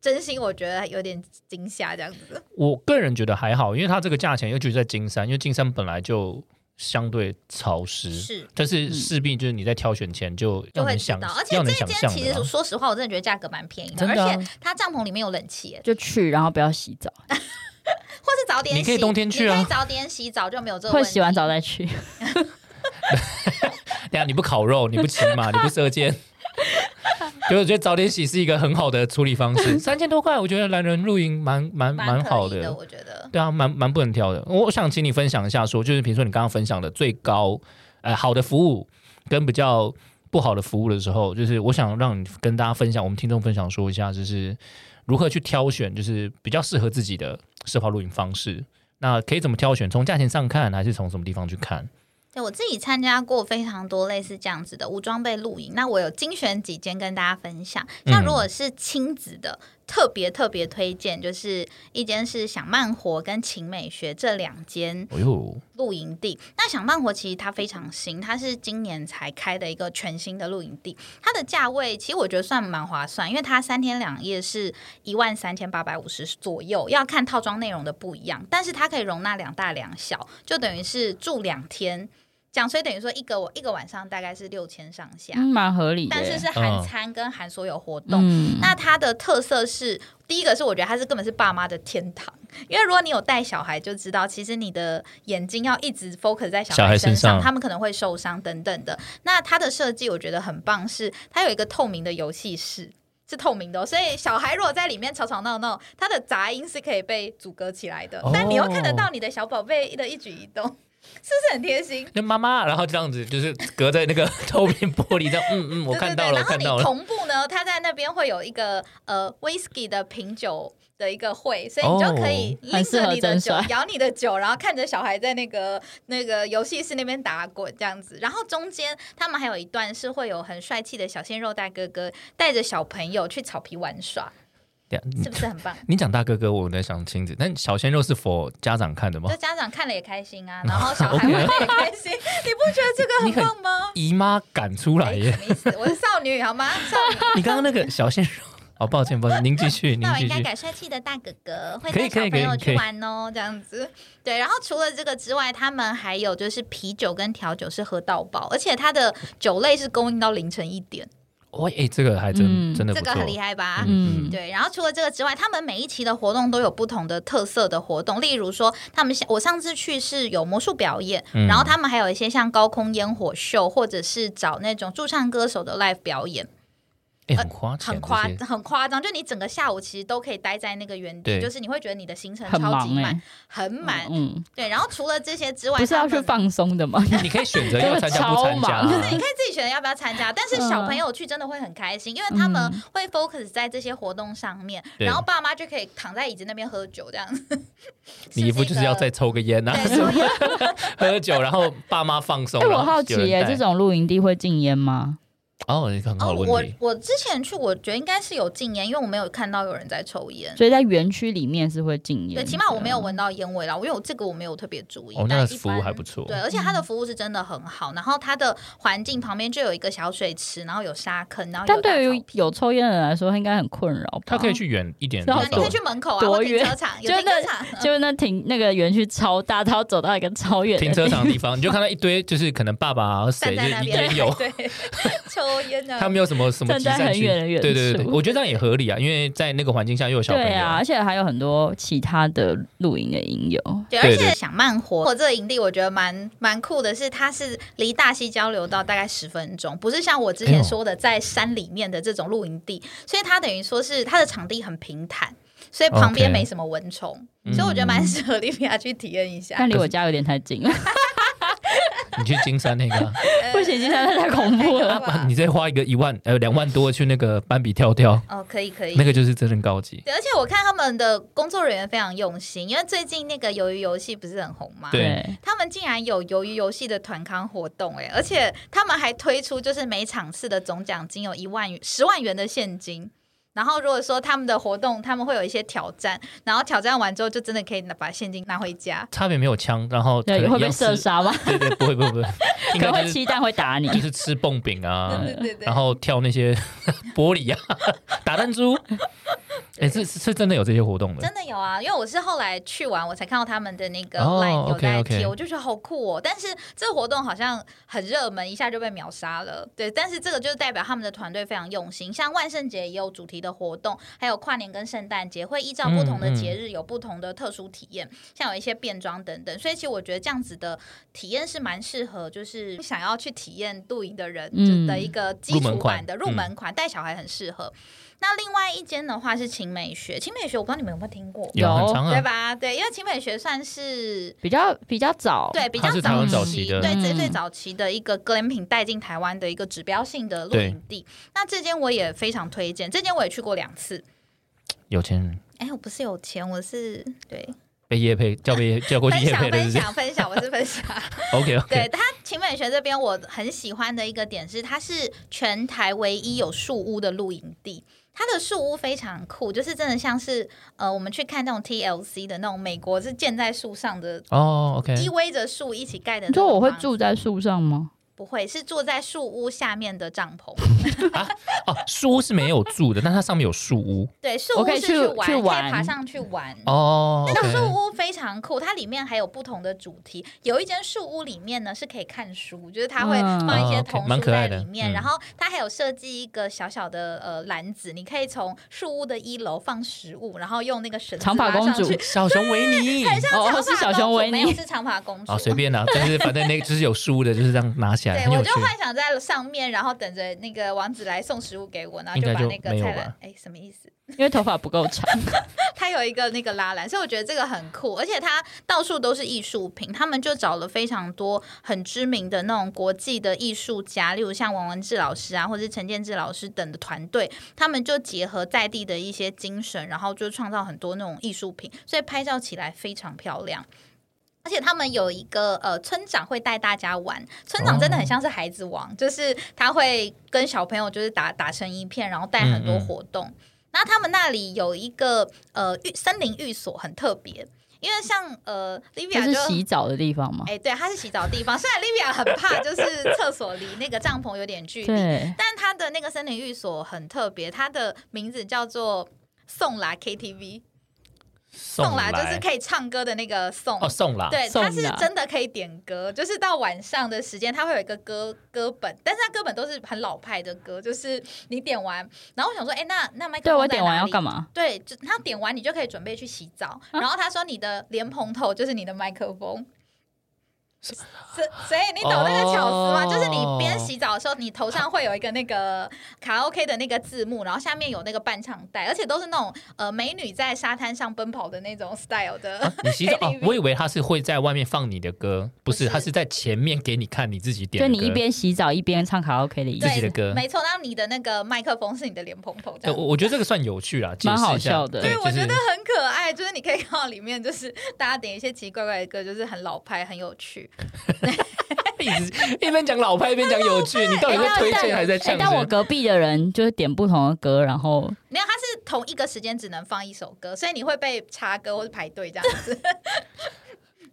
真心我觉得有点惊吓这样子。
我个人觉得还好，因为它这个价钱，尤其是在金山，因为金山本来就相对潮湿，
是。嗯
但是势必就是你在挑选前就
就
要
会
能
知
想
道，而，且
要
这
能
一
想
间
象
其
的
实
啦。
说实话，我真的觉得价格蛮便宜的，
真的啊
而且它帐篷里面有冷气耶，
就去然后不要洗澡，
或是早点洗，
你可以冬天去啊
你可以早点洗澡就没有这个
会
问题。
洗完澡再去。
啊等一下你不烤肉，你不骑马，你不射箭， 就是我觉得早点洗是一个很好的处理方式。三千多块，我觉得来人露营蛮蛮蛮
可
好
以的，
的。
我觉得。
对啊，蛮蛮不能挑的。我想请你分享一下说就是比如说你刚刚分享的最高呃好的服务跟比较不好的服务的时候，就是我想让你跟大家分享，我们听众分享说一下，就是如何去挑选，就是比较适合自己的奢华露营方式。那可以怎么挑选？从价钱上看，还是从什么地方去看？
对我自己参加过非常多类似这样子的无装备露营，那我有精选几间跟大家分享。
嗯
像如果是亲子的，特别特别推荐，就是一间是想慢活跟晴美学这两间
哎呦，
露营地。那想慢活其实它非常新，它是今年才开的一个全新的露营地，它的价位其实我觉得算蛮划算，因为它三天两夜是一万三千八百五十左右，要看套装内容的不一样，但是它可以容纳两大两小，就等于是住两天。讲所以等于说一个我一个晚上大概是六千上下，
嗯，蛮合理的
但
耶。
是是含餐跟含所有活动。
嗯，
那它的特色是，第一个是我觉得它是根本是爸妈的天堂， 因为如果你有带小孩，就知道其实你的眼睛要一直 focus 在
小
小
孩
孩
身
身
上
他们可能会受伤等等的。那它的设计我觉得很棒是，它有一个透明的游戏室。是透明的哦、所以小孩如果在里面吵吵闹闹，它的杂音是可以被阻隔起来的。
哦
但你又看得到你的小宝贝的一举一动，是 不是很贴心？
那妈妈，然后这样子就是隔在那个 透明玻璃这样，嗯嗯，我
对
看
对
到
对，
了，
然
我
后
看
你
到了。
同步呢，它在那边会有一个呃 whisky 的品酒的一个会，所以你就可
哦
以
很
拎
适合
着你的
真
酒
帅，
摇你的酒，然后看着小孩在那个那个游戏室那边打滚这样子。然后中间他们还有一段是会有很帅气的小鲜肉大哥哥带着小朋友去草皮玩耍，
对啊
是不是很 棒？
你讲大哥哥，我在想亲子，但小鲜肉是否家长看的吗
就？家长看了也开心啊，然后小孩玩的也开心，你不觉得这个
你
很
很
棒 吗？
姨妈赶出来
哎
耶！
什么意思？我是少女好 吗？少女。
你刚刚那个小鲜肉，哦，抱歉抱歉，您继续，您
那我
继
应该
续。
改帅气的大哥哥，会
可以
带小
可以可以
朋友
可
去
以
玩哦，这样子。对，然后除了这个之外，他们还有就是啤酒跟调酒是喝到饱，而且它的酒类是供应到凌晨一点，
哦，哎，这个还真
嗯
真的
这
不
个
错，
很厉害啊吧？
嗯，
对，然后除了这个之外，他们每一期的活动都有不同的特色的活动，例如说，他们像我上次去是有魔术表演，
嗯
然后他们还有一些像高空烟火秀，或者是找那种驻唱歌手的 live 表演，
哎，很花钱，
很夸
这些
很夸张，就你整个下午其实都可以待在那个原
对欸
地，就是你会觉得你的行程
很
超
忙
级满，
哎，
很满。
嗯，
对，然后除了这些之外，
不是要
他
去
们
放松的吗？
你可以选 择要参加不参加
这
就是你
啊。
可以自己选择要不要参加， 但是
嗯
小朋友去真的会很开心，因为他们会 focus 在这些活动上面，
对
然后爸妈就可以躺在椅子那边喝酒这样 子。
你姨夫就是要再抽个烟啊，
对抽
喝酒，然后爸妈放松。
哎，
然
我
后
好奇
有人
耶，
带
这种露营地会禁烟吗？
哦，一个很
哦，
好的
我
问题。
我之前去，我觉得应该是有禁烟，因为我没有看到有人在抽烟。
所以在园区里面是会禁烟的，
对，起码我没有闻到烟味啦，因为我这个我没有特别注意。
嗯哦，那
但
个
一
服
般
务还不错。
对，而且它的服务是真的很好，然后它的环境旁边就有一个小水池，然后有沙坑，然后有
但对
大
于
草坪
有抽烟的人来说，应该很困扰吧。
他可以，去远一点的
然
地
后
对啊，你
方，
可以去门口啊，
多
或停
远
车场，有
就
停
那
车场，嗯
就是那停那个园区超大，他要走到一个超远的
停车场的地方，你就看到一堆就是可能爸爸啊或
站
谁就
在那
是
边
烟友，
对，抽烟啊的。
他没有什么什么
站
集
在
散
很
区，
远的远
对对对，
处
我觉得这样也合理啊，因为在那个环境下又有小朋友，
对啊，而且还有很多其他的露营的营友，
对，
对
而且
对
想慢活，我这个营地我觉得蛮蛮酷的是，它是离大溪交流道大概十分钟，不是像我之
哎呦
前说的在山里面的这种露营地，所以它等于说是它的场地很平坦，所以旁边
OK 嗯
没什么蚊虫，所以我觉得蛮适合莉比亚去体验一下。
但离我家有点太近 了，
你去金山那个 啊、
呃
不行，今天太恐怖 了。
哇
你再花一个一万呃两万多去那个斑比跳跳，
哦，可以可以
那。个就是真正高级。
对，而且我看他们的工作人员非常用心，因为最近那个鱿鱼游戏不是很红嘛，
对
他们竟然有鱿鱼游戏的团康活动哎，而且他们还推出就是每场次的总奖金有一万元、十万元的现金。然后如果说他们的活动，他们会有一些挑战，然后挑战完之后就真的可以拿把现金拿回家。
差别没有枪，然后可
对，
能
会
一
被
样
射
吃，
杀吗？
对对，不会不 会不会，应
可能
该
会
就是
鸡蛋会打你
就。是吃蹦饼啊，
对对对 对
然后跳那些玻璃啊，打弹珠。哎、这是是真的有这些活动的
真，的有啊，因为我是后来去完，我才看到他们的那个
哦
line 有在
OK，OK
贴，我就觉得好酷哦。但是这个活动好像很热门，一下就被秒杀了。对，但是这个就是代表他们的团队非常用心，像万圣节也有主题的活动，还有跨年跟圣诞节会依照不同的
嗯嗯
节日有不同的特殊体验，像有一些变装等等。所以其实我觉得这样子的体验是蛮适合，就是想要去体验露营的人
嗯
的一个基础版的入
入门款
门款，带小孩很适合。那另外一间的话是晴美学，晴美学我不知道你们有没有听过，
有很长
对
啊，
吧？对，因为晴美学算是。
比较比较早，
对，比
哦它
较
是台
早
湾
期，
早
期的
对最最
嗯
早期的一个 glamping 带进台湾的一个指标性的露
对
营地。那这间我也非常推荐，这间我也去过两次。
有钱人
哎，我不是有钱，我是对
被叶 配叫被业叫过去
分
叶
享
配的，
分
是不是
享分享，我是分 享。
？OK OK，
对它晴美学这边，我很喜欢的一个点是，它是全台唯一有树屋的露营地。它的树屋非常酷，就是真的像是呃，我们去看那种 TLC 的那种美国是建在树上的，
哦，OK，
依偎着树一起盖的那
你
种
说
房子。
我会住在树上吗？
不会是坐在树屋下面的帐篷？
哦，树屋是没有住的，但它上面有树屋
对，树
我
屋
可以
是
去
玩，
去
可以
玩
爬上去玩。
哦。
那
OK
树屋非常酷，它里面还有不同的主题。有一间树屋里面呢是可以看书，就是它会
嗯
放一些
哦，OK，
童
蛮
书
可
在
爱的
里面，
嗯
然后它还有设计一个小小的呃篮子，你可以从树屋的一楼放食物，然后用那个绳子
长发
拉
公
上
主
去
小熊维尼，
很像
哦
长发
是小熊
公主
维尼
没有是长发公主。
啊，随便啦，但是反正那个就是有书的，就是这样拿起来，
对，
很
我
有
就
趣。
幻想在上面，然后等着那个王子来送食物给我，然后就
应
把
该就
那个
没有
菜
吧
篮，哎，什么意思？
因为头发不够长，
它有一个那个拉篮，所以我觉得这个很酷，而且它到处都是艺术品。他们就找了非常多很知名的那种国际的艺术家，例如像王文志老师啊，或者是陈建志老师等的团队，他们就结合在地的一些精神，然后就创造很多那种艺术品，所以拍照起来非常漂亮。而且他们有一个呃，村长会带大家玩，村长真的很像是孩子王，就是他会跟小朋友就是打打成一片，然后带很多
嗯嗯
活动。然后他们那里有一个呃浴森林浴所很特别，因为像呃
就
Livia
是
就
洗澡的地方嘛。
哎、对，它是洗澡的地方。虽然 Livia 很 怕，就是厕所离那个帐篷有点距离，
对，
但它的那个森林浴所很特别，它的名字叫做送啦 KTV，
送
送啦就是可以唱歌的那个送。
哦，送啦，
对，
送
它是
啦
真的可以点歌，就是到晚上的时间，它会有一个歌歌本，但是它歌本都是很老派的歌，就是你点完，然后我想说，哎、那那麦克
对
风
我
在
点完
哪
要
里
干嘛？
对，就他点完你就可以准备去洗澡。然后他说你的莲蓬头就是你的麦克风。 所所以你懂那个巧思吗？
哦
就是你边洗澡的时候，你头上会有一个那个卡拉 OK 的那个字幕，然后下面有那个伴唱带，而且都是那种呃美女在沙滩上奔跑的那种 style 的。
啊你洗澡哦
KTV，
我以为他是会在外面放你的歌，
不
不是，
是
他是在前面给你看你自己点
就
的歌。
你一边洗澡一边唱卡拉 OK 的意思
自，己的歌
对，没错。然后你的那个麦克风是你的莲蓬头，这
对，
样
我我觉得这个算有趣啦，解释
蛮
一下
好笑的
对，
对，我
就是
觉得很可爱，就是你可以看到里面，就是大家点一些奇奇怪怪的歌，就是很老派，很有趣。
一直 一边讲老派一边讲有 趣，你到底在推荐还是在
哎
呛
但我
声？
隔壁的人就是点不同的歌，然后
没有，它是同一个时间只能放一首歌，所以你会被插歌或是排队这样子。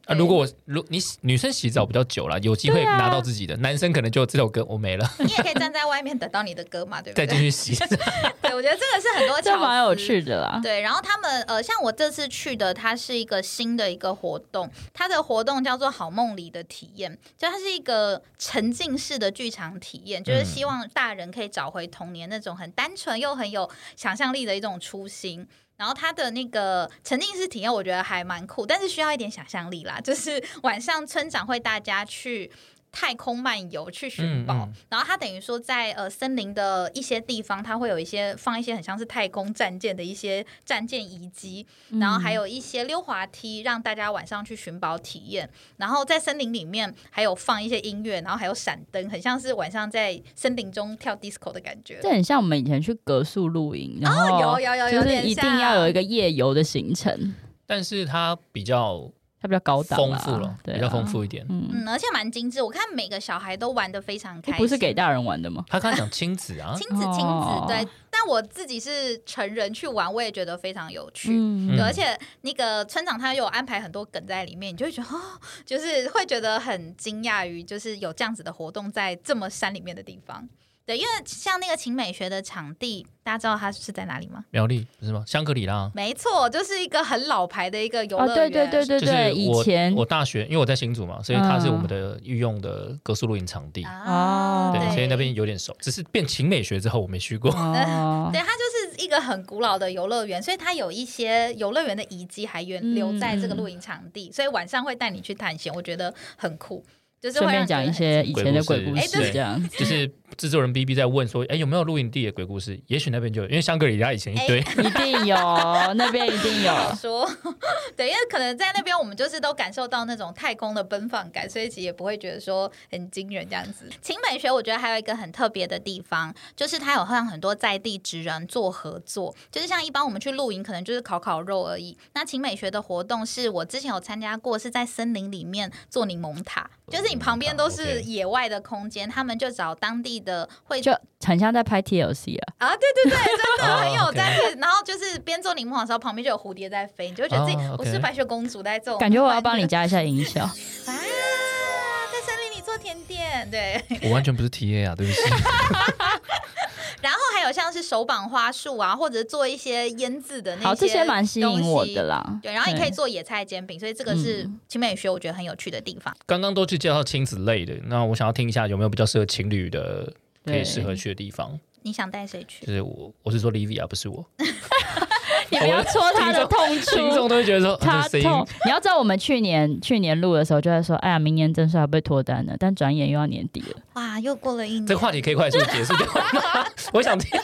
啊，如果我如你女生洗澡比较久了，有机会
对啊
拿到自己的，男生可能就这首歌我没 了，
你也可以站在外面等到你的歌嘛，对
再
不
进
对？
去洗。
对，我觉得这个是很多巧
这
思
蛮有。趣的啦。
对，然后他们呃，像我这次去的，它是一个新的一个活动，它的活动叫做“好梦里的体验”，就它是一个沉浸式的剧场体验，就是
嗯
希望大人可以找回童年那种很单纯又很有想象力的一种初心。然后它的那个沉浸式体验，我觉得还蛮酷，但是需要一点想象力啦。就是 晚上村长会大家去太空漫游去寻宝，
嗯嗯
然后它等于说在呃森林的一些地方，它会有一些放一些很像是太空战舰的一些战舰遗迹，
嗯
然后还有一些溜滑梯，让大家晚上去寻宝体验。然后在森林里面还有放一些音乐，然后还有闪灯，很像是晚上在森林中跳 disco 的感觉。
这很像我们以前去格树露营，然
哦，
后
有有有有，
就是
点
一定
像
要有一个夜游的行程，
但是它比较
它比较高档
丰
啦
富了，
对，
比较丰。富一点。
嗯，哦
嗯，而且蛮精致。我看每个小孩都玩的非常开心，
不是给大人玩的吗？
他刚才讲亲子啊，
亲子亲子
哦
对。但我自己是成人去玩，我也觉得非常有趣。
嗯
对，
嗯
而且那个村长他有安排很多梗在里面，你就会觉得 哦，就是会觉得很惊讶于，就是有这样子的活动在这么山里面的地方。对，因为像那个晴美学的场地，大家知道它是在哪里吗？
苗栗不是吗？香格里拉。
没错，就是一个很老牌的一个游乐
哦，
园。
对对对对
就是
对，以
我
前
我大学，因为我在新竹嘛，所以它是
嗯
我们的御用的格数露营场地，
啊，
哦
对，所以那边有点熟。只是变晴美学之后，我没去过。
哦，
对，它就是一个很古老的游乐园，所以它有一些游乐园的遗迹还原
嗯
留在这个露营场地，所以晚上会带你去探险，我觉得很酷。就是
顺
会
便
让
讲
你
一
觉
些
得
以前的鬼
鬼
故
故
事哎
事
对
这样。
就是制作人 B B 在问说，哎，有没有露营地的鬼故事？也许那边就有，因为香格里拉以前一 堆。
一定有，那边一定有。
很说， 对，因为可能在那边我们就是都感受到那种太空的奔放感，所以其实也不会觉得说很惊人这样子。晴美学我觉得还有一个很特别的地方，就是它有和很多在地职人做合作，就是像一般我们去露营可能就是烤烤肉而已。那晴美学的活动是我之前有参加过，是在森林里面做柠檬塔，就是你旁边都是
OK
野外的空间，他们就找当地的会
就很像在拍 TLC 啊，
啊，对 对对，真的
哦
很有
OK
在线。然后就是边做柠檬的时候，旁边就有蝴蝶在飞，你就会觉得自己、
哦
我
OK
是白雪公主在这种
感觉我要帮你
环境
加一下营销。
啊，在森林里做甜点，对。
我完全不是 T A 啊，对不起。
然后还有像是手绑花束啊，或者做一些腌制的那些，
好，这些蛮吸引我的。啦。嗯
对，然后你可以做野菜煎饼，所以这个是青美学我觉得很有趣的地方。
刚刚都去介绍亲子类的，那我想要听一下有没有比较适合情侣的，可以
对
适合去的地方。
你想带谁去？
就是我，我是说 Livia，不是我。
你不要戳他的痛
听众
处，
都会觉得说，啊
他
这声音
痛。你要知道，我们去年去年录的时候就在说，哎呀，明年真是要被脱单了，但转眼又要年底了。
哇，又过了一年，
这个话题可以快速结束掉吗？ 我想听。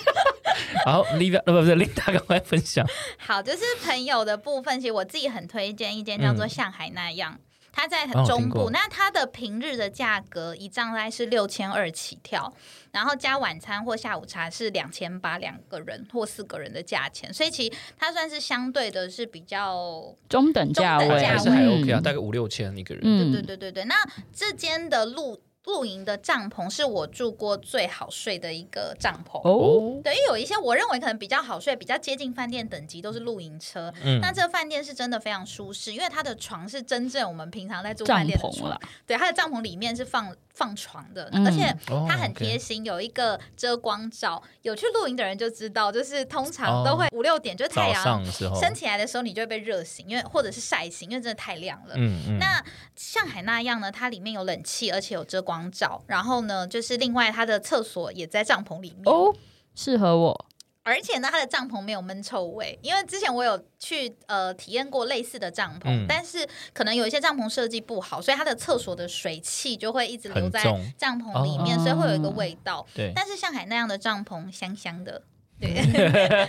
然后 Livia 呃不不是 Linda 赶快分 享，
好，就是朋友的部分，其实我自己很推荐一间叫做
嗯
上海那样。它在
哦
中
听
部，
过
那它的平日的价格一张概是六千二起跳，然后加晚餐或下午茶是两千八，两个人或四个人的价钱，所以其实它算是相对的是比较
中等价位，
中等价
还
位
是还
嗯
OK 啊，大概五六千一个人。
嗯
对对对对对。那这间的露露营的帐篷是我住过最好睡的一个帐篷。
哦，
哦，
对，因为有一些我认为可能比较好睡、比较接近饭店等级都是露营车，
嗯
那这个饭店是真的非常舒适，因为它的床是真正我们平常在住
帐
饭店的
篷
床
啦，，
对，它的帐篷里面是放放床的，
嗯
而且。
哦
它很
OK
贴心，有一个遮光罩。有去露营的人就知道，就是通常都会五六点，就是太
哦早
阳
上哦的时候，
升起来的时候，你就会被热醒，因为或者是晒醒，因为真的太亮了。
嗯嗯，
那上海那样呢？它里面有冷气，而且有遮光罩。然后呢，就是另外它的厕所也在帐篷里面。
哦，适合我。
而且呢，它的帐篷没有闷臭味，因为之前我有去呃体验过类似的帐篷，
嗯
但是可能有一些帐篷设计不好，所以它的厕所的水汽就会一直留
很
在
重
帐篷里面，
哦
所以会有一个味道。
对，
但是上海那样的帐篷香香的， 对，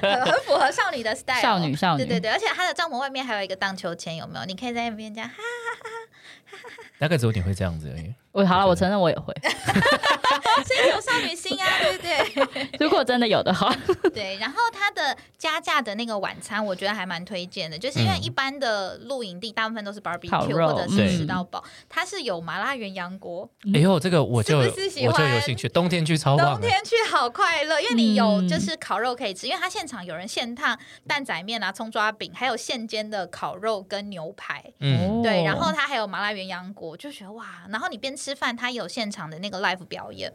很很符合少女的 style，哦
少女少女
对对对，而且它的帐篷外面还有一个荡秋千，有没有？你可以在那边这样哈，
大概只有你会这样子而已。
我好了，我承认我也 会。
所以有少女心啊，对不对？
如果真的有的话，
对，然后它的加价的那个晚餐，我觉得还蛮推荐的，就是因为
嗯
一般的露营地大部分都是 barbecue
肉
或者
对
是吃到饱，它是有麻辣鸳鸯锅，
嗯
哎呦，这个我就是
不是喜
我就
欢
有兴趣，冬天去超棒欸
冬
的。
天去好快乐，因为你有
嗯
就是烤肉可以吃，因为它现场有人现烫蛋仔面啊、葱抓饼，还有现煎的烤肉跟牛排。
哦
嗯，
对，然后它还有麻辣鸳鸯锅，就觉得哇！然后你边吃饭，它有现场的那个 live 表演，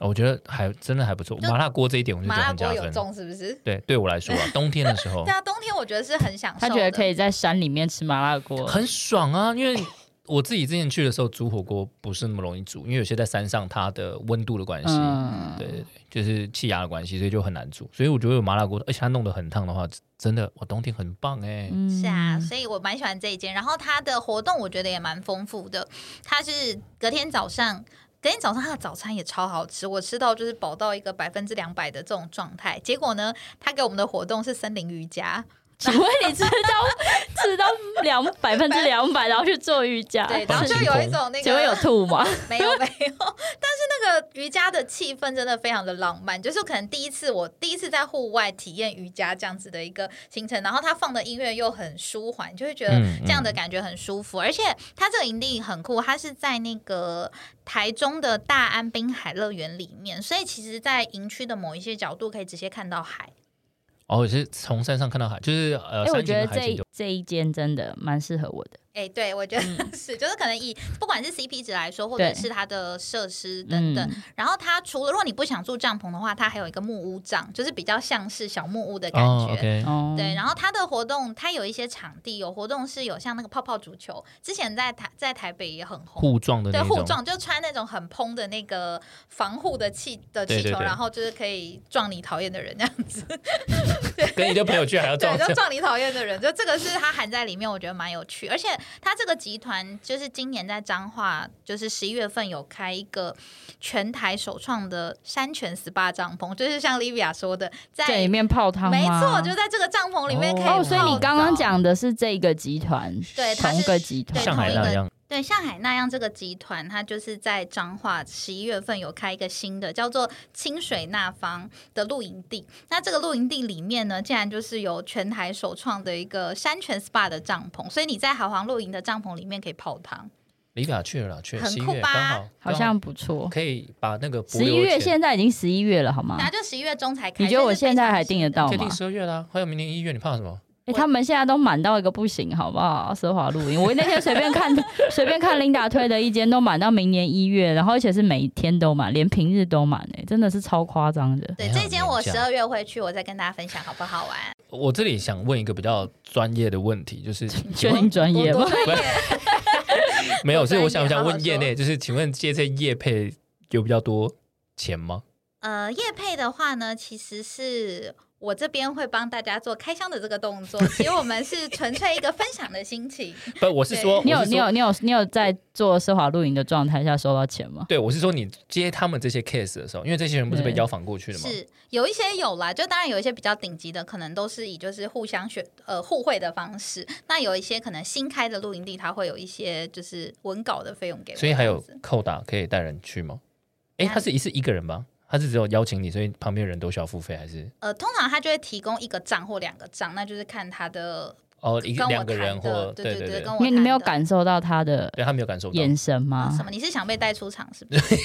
哦我觉得还真的还不错，
就
麻辣锅这一点我就觉
麻
得
辣
很加
锅有
分。哦
中是不是？
对，对我来说 啊，冬天的时候
对啊，冬天我觉得是很享受
他
的。
觉得可以在山里面吃麻辣锅，
很爽啊，因为我自己之前去的时候煮火锅不是那么容易煮，因为有些在山上它的温度的关系，
嗯，
对对对，就是气压的关系，所以就很难煮。所以我觉得有麻辣锅，而且它弄得很烫的话，真的我冬天很棒哎、
嗯
是啊，所以我蛮喜欢这一间。然后它的活动我觉得也蛮丰富的，它是隔天早上。隔天早上它的早餐也超好吃，我吃到就是饱到一个百分之两百的这种状态。结果呢，他给我们的活动是森林瑜伽，
嗯请问你 吃到吃到两百分之两百，然后去做瑜伽？
对，然后就有一种那
请问有
个
吐吗？
没有没有，但是那个瑜伽的气氛真的非常的浪漫，就是可能第一次我第一次在户外体验瑜伽这样子的一个行程，然后他放的音乐又很舒缓，就会觉得
嗯
这样的感觉很舒服。而且它这个营地很酷，它是在那个台中的大安滨海乐园里面，所以其实，在营区的某一些角度可以直接看到海。
哦，也是从山上看到海，就是
哎，
呃，
我
山景
觉得
跟海
这
景
一
都
这一间真的蛮适合我的，
哎、对，我觉
嗯
得是， 就是可能以不管是 CP 值来说，或者
对
是它的设施等等，
嗯
然后它除了如果你不想住帐篷的话，它还有一个木屋帐，就是比较像是小木屋的感
哦
觉。嗯
，OK，
哦，
对，然后它的活动，它有一些场地，有活动是有像那个泡泡足球，之前在台在台北也很红，
互撞的
对，
那
互
种，
撞就穿那种很蓬的那个防护的气的气球，
对对对
然后就是可以撞你讨厌的人 这样子，
跟你的朋友去还要撞
对，就撞你讨厌的人，就这个是它含在里面，我觉得蛮有趣。而且它这个集团就是今年在彰化，就是十一月份有开一个全台首创的山泉 SPA 帐篷，就是像 Livia 说的，在
在里面泡汤吗，
没错，就在这个帐篷里面可以泡澡、
哦，所以你刚刚讲的是这个集团，
对它
同
是
个集团
对，
像海
同一
那
个
样，
对，上海那样这个集团，它就是在彰化十一月份有开一个新的叫做清水那方的露营地。那这个露营地里面呢，竟然就是有全台首创的一个山泉 SPA 的帐篷，所以你在豪皇露营的帐篷里面可以泡汤。
李表去了啦，去了
很
十一
酷
月
吧
刚好，
好
刚
像不错
好。可以把那个柏
十一
油
月
钱
现在已经十一月了，好吗
然？后就十一月中才开，
你觉得我
所以是非
现在
常
还订得
新的
到
确
吗
定？十二月啦，还有明年一月，你怕什么？
哎、他们现在都满到一个不行，好不好？奢华露营，我那天随便看随便看琳达推的一间都满到明年一月，然后而且是每天都满，连平日都满，哎，真的是超夸张的。
对，
没有
这间我
廉
十
价
二月会去，我再跟大家分享好不好 玩？
我这里想问一个比较专业的问题，就是
确定专业吗？
没有，
多
所以我
专
想
业
想
好好
问业内，就是请问接这业配有比较多钱吗？
呃，叶配的话呢，其实是我这边会帮大家做开箱的这个动作，其实我们是纯粹一个分享的心情。
不，我是
对
说，
你有
我是
你
说
有你有你有在做奢华露营的状态下收到钱吗？
对，我是说你接他们这些 case 的时候，因为这些人不是被
对
邀访过去的吗？
是有一些有啦，就当然有一些比较顶级的，可能都是以就是互相选呃互惠的方式。那有一些可能新开的露营地，它会有一些就是文稿的费用给我，
所以还有
这样子
扣打可以带人去吗？诶，他是一次一个人吗？他是只有邀请你，所以旁边人都需要付费，还是
呃，通常他就会提供一个账或两个账，那就是看他的
哦一
跟
个
我
两
谈
个人
的，
或
对
对
对，跟我
你你没有
谈的啊
感受到他的
对他没有感受到
眼神吗？
什么？你是想被带出场是不 是？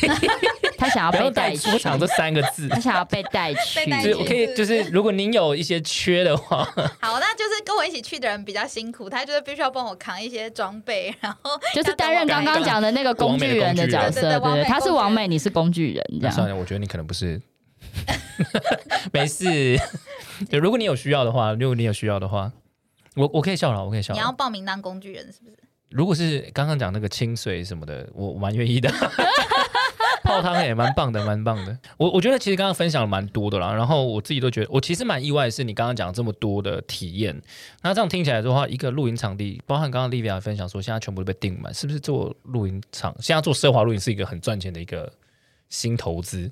他想要
不要
被
带
带
出
去，
场这三个字
他。想要被带去
被，带
就
去
是我可以，就是如果您有一些缺的话，
好，那就是跟我一起去的人比较辛苦，他就是必须要帮我扛一些装备，然 后
就是担任刚刚讲的那个工具人的角色，
对对对
对
完
不对？
美工具人
他是王美，你是工具人，这
算
样。
了，我觉得你可能不是， 没事。 对，如果你有需要的话，如果你有需要的话，我我可以笑了，我可以笑
你要
了。
报名当工具人是不是？
如果是刚刚讲那个清水什么的，我我蛮愿意的。 泡汤也蛮棒的，蛮棒的。我我觉得其实刚刚分享了蛮多的啦，然后我自己都觉得，我其实蛮意外，是你刚刚讲这么多的体验。那这样听起来的话，一个露营场地，包含刚刚 Livia 分享说，现在全部都被订满，是不是做露营场？现在做奢华露营是一个很赚钱的一个新投资。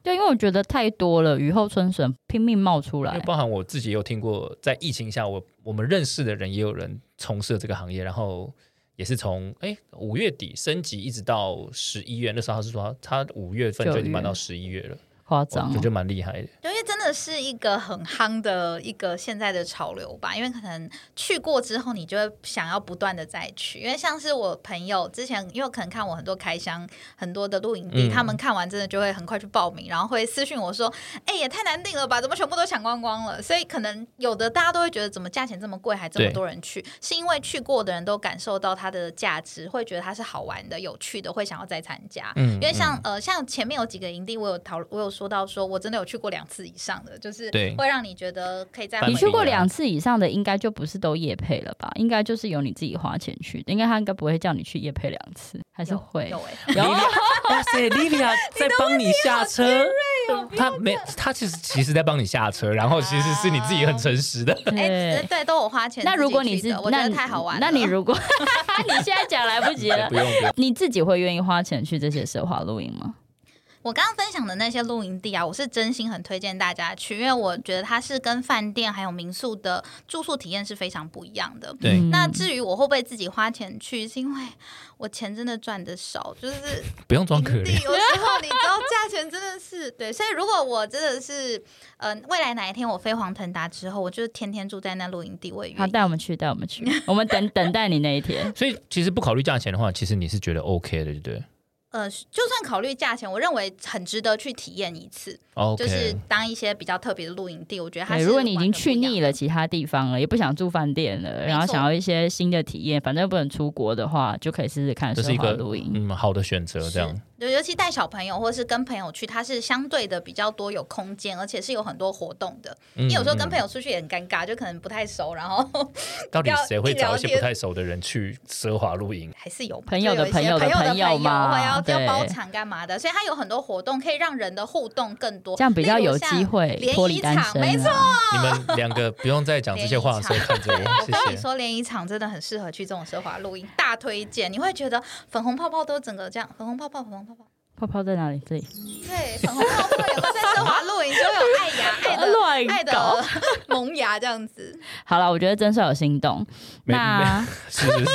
对，因为我觉得太多了，雨后春笋拼命冒出
因
来
为。包含我自己也有听过，在疫情下，我我们认识的人也有人从事了这个行业，然后也是从哎五月底升级一直到十一月，那时候他是说他他五月份
九
就已经
月
满到十一月了，
夸
我
张
我
哦
觉得蛮厉害的。
对，因为真的是一个很夯的一个现在的潮流吧，因为可能去过之后，你就会想要不断的再去。因为像是我朋友之前，因为我可能看我很多开箱、很多的露营地，
嗯
他们看完真的就会很快去报名，然后会私讯我说：“哎、也太难订了吧，怎么全部都抢光光了？”所以可能有的大家都会觉得，怎么价钱这么贵，还这么
对
多人去，是因为去过的人都感受到它的价值，会觉得它是好玩的、有趣的，会想要再参加。
嗯，
因为像、呃，像前面有几个营地，我有讨，我有说到说，我真的有去过两次以上的，就是
对
会让你觉得可以在
版
你
本
去
不
过
一样
两次以上的，应该就不是都夜配了吧？应该就是有你自己花钱去的，应该他应该不会叫你去夜配两次，还是
有
会
有。哎、
有
Livia，哇塞，Livia 在帮你下车，
哦
他没他其实其实在帮你下车，然后其实是你自己很诚 实的。
哎、对
对，
对，都我花钱自己去
那
的。
如果你是
我觉
那
得太好玩了，
那你如果你现在讲来不及了
不，用不用，
你自己会愿意花钱去这些奢华露营吗？
我刚刚分享的那些露营地啊，我是真心很推荐大家去，因为我觉得它是跟饭店还有民宿的住宿体验是非常不一样的。
对
嗯
那至于我会不会自己花钱去，是因为我钱真的赚的少，就是
不用装可
营地
怜。
有时候你知道价钱真的是对，所以如果我真的是，呃，未来哪一天我飞黄腾达之后，我就天天住在那露营地，我也
好，
愿意。
带我们去，带我们去，我们等等待你那一天。
所以其实不考虑价钱的话，其实你是觉得 OK 的，对不对？
呃，就算考虑价钱，我认为很值得去体验一次，
OK，
就是当一些比较特别的露营地，我觉得它
对，
是
如果你已
完
经
全不
去
一样
腻
的
了其他地方了，也不想住饭店了，然后
错
想要一些新的体验，反正不能出国的话，就可以试试看
这
奢
是一
华
个
露营。
嗯好的选择，这样
对，尤其带小朋友或是跟朋友去，它是相对的比较多有空间，而且是有很多活动的。
你
你有时候跟朋友出去也很尴尬，就可能不太熟，然后
嗯到底
聊
谁会
一聊
找一些
天
不太熟的人去奢华露营？
还是有嘛
朋友
就有
的
一
朋
些
友的
朋
朋
友
友嘛
会要要
对
包场干嘛的，所以它有很多活动可以让人的互动更多，
这样比较
例如
有
像
机会
联
脱
谊
离单
场
身、啊。
没错，
你们两个不用再讲 这些话的时候看着我，
我跟
谢
你
谢。
说，联谊场真的很适合去这种奢华露营，大推荐。你会觉得粉红泡泡都整个这样，粉红泡泡，粉红泡泡。
泡泡在哪里？这里。
对，粉红泡泡有时候在奢华露营就会有爱牙、爱 的
乱
爱
搞
的萌芽这样子。
好了，我觉得真帅有心动。
没
那
是是是，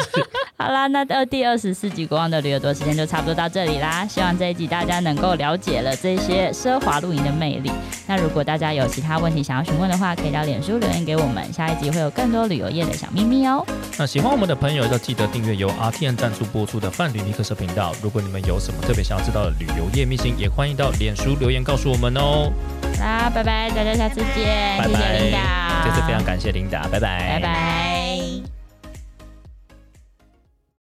好啦，那二第二十四集《国王的旅游多》时间就差不多到这里啦。希望这一集大家能够了解了这些奢华露营的魅力。那如果大家有其他问题想要询问的话，可以到脸书留言给我们。下一集会有更多旅游业的小秘密哦。
那喜欢我们的朋友要记得订阅由 RTN 赞助播出的泛旅密克社频道。如果你们有什么特别想要知道的旅游业秘辛，也欢迎到脸书留言告诉我们哦。
啦，拜拜，大家下次见，
拜
谢谢
拜
琳达，
这次非常感谢琳达，拜
拜
拜，
拜。